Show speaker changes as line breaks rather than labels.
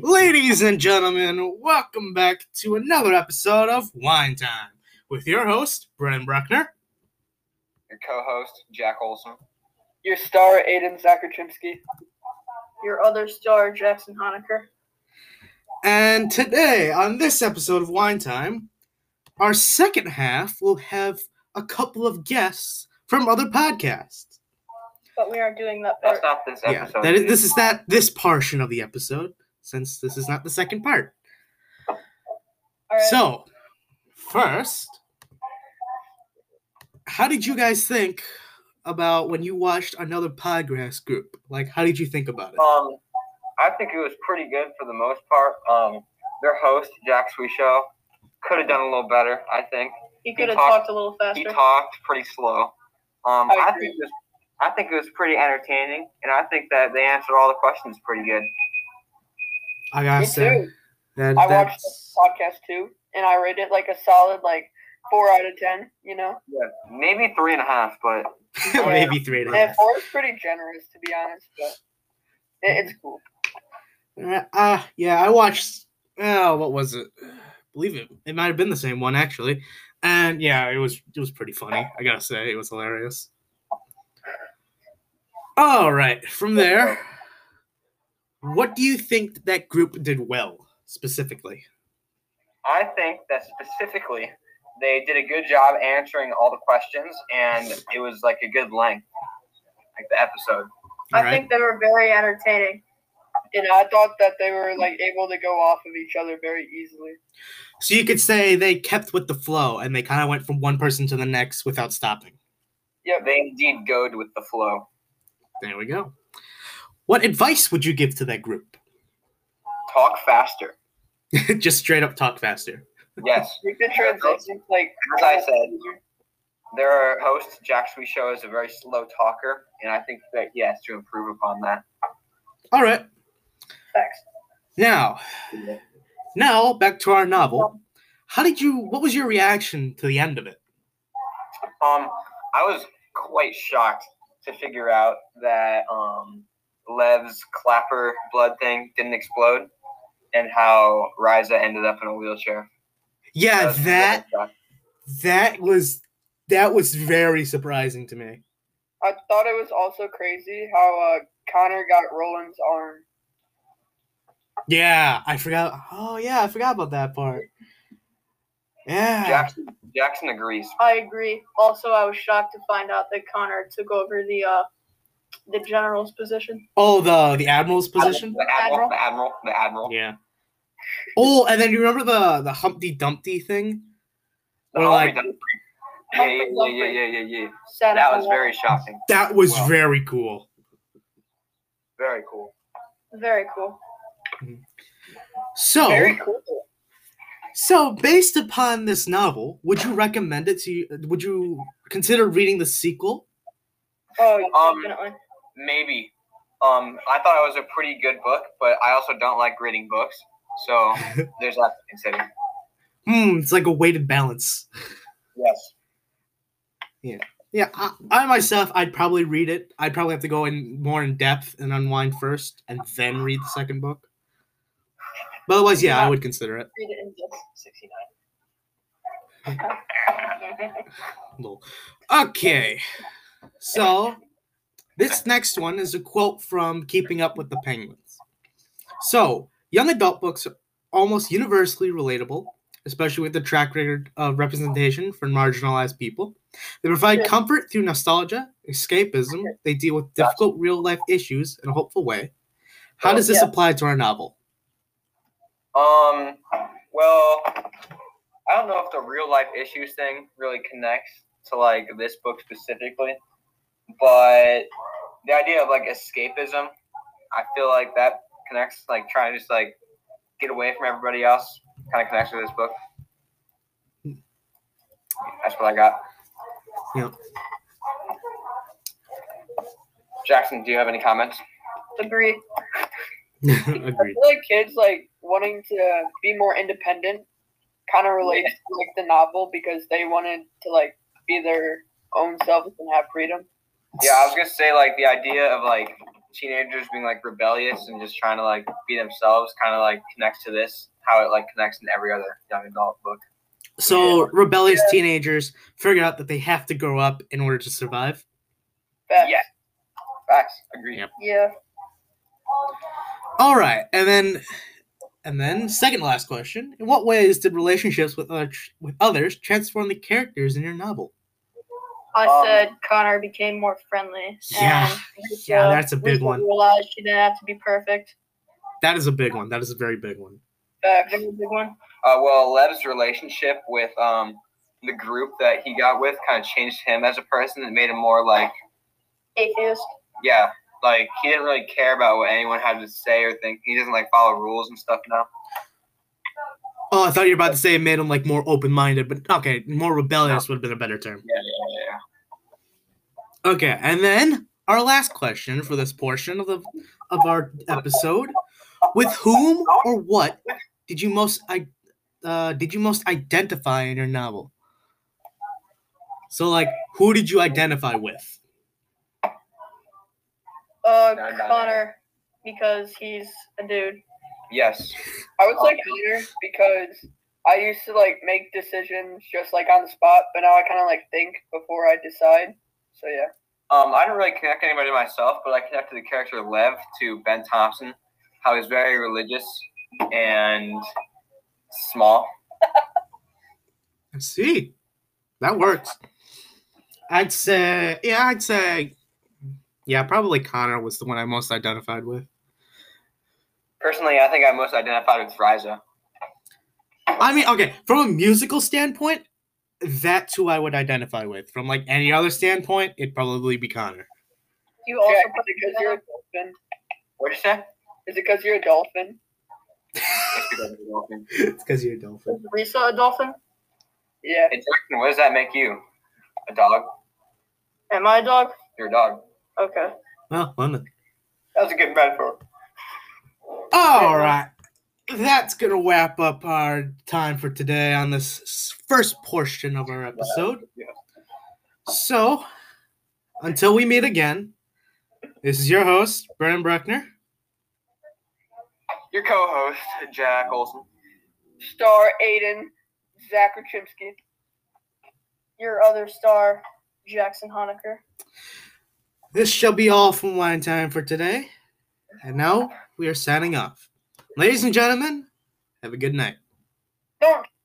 Ladies and gentlemen, welcome back to another episode of Wine Time with your host, Brennan Bruckner.
Your co-host, Jack Olson. Your star, Aiden Zakarchimski.
your other star, Jackson Honaker.
And today, on this episode of Wine Time, our second half will have a couple of guests from other podcasts.
But we aren't doing that part.
That's not this
Yeah,
episode.
that is,
dude.
this is not this portion of the episode, since this is not the second part.
All right.
So, first, how did you guys think about when you watched another podcast group? Like, how did you think about it?
Oh,
Um, I think it was pretty good for the most part. Um, their host, Jack Swishow, could have done a little better, I think.
he could have
talked-
talked a little
He
faster.
talked pretty slow. Um,
I
I,
agree.
think it was, I think it was pretty entertaining, and I think that they answered all the questions pretty good.
I gotta
Me
say,
too.
that,
I watched
that's
Podcast two, and I rated it like a solid like four out of ten. You know,
Yeah, maybe three and a half, but
Yeah.
maybe three and a
and
half.
four is pretty generous to be honest, but it, it's cool.
Uh, yeah, I watched. Oh, what was it? believe it, it might have been the same one actually. And yeah, it was it was pretty funny. I gotta say, it was hilarious. All right, from there, what do you think that group did well specifically?
I think that specifically they did a good job answering all the questions, and it was like a good length, like the episode.
All
I
right,
think they were very entertaining. And I thought that they were like able to go off of each other very easily.
so you could say they kept with the flow and they kind of went from one person to the next without stopping.
Yeah, they indeed goed with the flow.
There we go. What advice would you give to that group?
Talk faster.
Just straight up talk faster.
Yes,
Like the transitions, like uh,
as I said, their host Jack Swishow is a very slow talker, and I think that he has to improve upon that.
All right,
Facts.
now Now back to our novel. How did you? What was your reaction to the end of it?
Um, I was quite shocked to figure out that um, Lev's clapper blood thing didn't explode, and how Riza ended up in a wheelchair.
Yeah,
was
Uh, that
really shocking.
that was that was very surprising to me.
I thought it was also crazy how uh, Connor got Roland's arm.
Yeah, I forgot. Oh yeah, I forgot about that part. Yeah,
Jackson, Jackson agrees.
I agree. Also, I was shocked to find out that Connor took over the uh, the general's position.
oh the the admiral's position.
The admiral. The admiral. The admiral.
Yeah. Oh, and then you remember the the Humpty Dumpty thing?
The
Or
Humphrey
like
Dumphrey. yeah, yeah, Oh, yeah, yeah, yeah, yeah, yeah.
Sat
That
on
was
the wall.
very shocking.
that was
Wow.
very cool.
Very cool.
very cool.
So
Very cool.
So, based upon this novel, would you recommend it to you? Would you consider reading the sequel?
Oh,
Um,
definitely.
Maybe. Um, I thought it was a pretty good book, but I also don't like reading books, so there's that to consider.
Hmm, it's like a weighted balance.
Yes.
Yeah, I, I myself, I'd probably read it. I'd probably have to go in more in depth and unwind first, and then read the second book. But otherwise, yeah, I would consider it.
Read it in just 69.
Lol. Okay, so this next one is a quote from Keeping Up with the Penguins. So, young adult books are almost universally relatable, especially with the track record of representation for marginalized people. They provide
Yeah.
comfort through nostalgia, escapism, they deal with
Gotcha.
difficult real life issues in a hopeful way. How does this
Yeah.
apply to our novel?
Um, well, I don't know if the real life issues thing really connects to like this book specifically, but the idea of like escapism, I feel like that connects. Like trying to just like get away from everybody else, kind of connects with this book. That's what I got.
Yep.
Jackson, do you have any comments?
Agree. I
Agreed.
feel like kids like wanting to be more independent kind of relates to like the novel because they wanted to like be their own selves and have freedom.
Yeah, I was gonna say like the idea of like teenagers being like rebellious and just trying to like be themselves kind of like connects to this how it like connects in every other young adult book
So rebellious teenagers figure out that they have to grow up in order to survive.
Facts.
Yeah. facts agree
Yep.
Yeah.
All right, and then, and then second last question: In what ways did relationships with other, with others transform the characters in your novel?
I
Um,
said Connor became more friendly.
Yeah.
and
Yeah,
so
that's a big
Rachel
one.
Realized she didn't have to be perfect.
That is a big one. That is a very big one.
Facts.
Very big one.
uh, well lev's relationship with um the group that he got with kind of changed him as a person and made him more like
Atheist.
yeah like he didn't really care about what anyone had to say or think he doesn't like follow rules and stuff now
Oh, I thought you were about to say it made them like more open-minded, but okay, more rebellious would have been a better term.
yeah yeah yeah
Okay, and then our last question for this portion of the of our episode: With whom or what did you most i uh, did you most identify in your novel? So, like, who did you identify with?
Uh,
No, no, no.
Connor, because he's a dude.
yes
I would say Connor because I used to like make decisions just like on the spot, but now I kind of like think before I decide. So yeah.
Um, I don't really connect anybody to myself, but I connect to the character Lev to Ben Thompson, how he's very religious and small.
I see. That works. I'd say, yeah, I'd say, yeah, probably Connor was the one I most identified with.
Personally, I think I most identified with Riza.
I mean, okay, from a musical standpoint, that's who I would identify with. From like any other standpoint, it'd probably be Connor.
You also
Jack,
put
is it because you're a dolphin?
What'd you say?
Is it because you're a dolphin?
It's because of the dolphin.
it's because you're a dolphin.
Risa a dolphin?
Yeah.
Hey, Jackson, what does that make you? A dog?
Am I a dog?
You're a dog.
Okay.
Well, one of
That was a good metaphor.
All right. That's going to wrap up our time for today on this s- first portion of our episode.
Yeah.
So, until we meet again, this is your host, Brennan Bruckner.
Your co-host, Jack Olson.
Star Aiden, Zach Rachimski.
Your other star, Jackson Honaker.
This shall be all from Wine Time for today. And now we are signing off. Ladies and gentlemen, have a good night.
Don't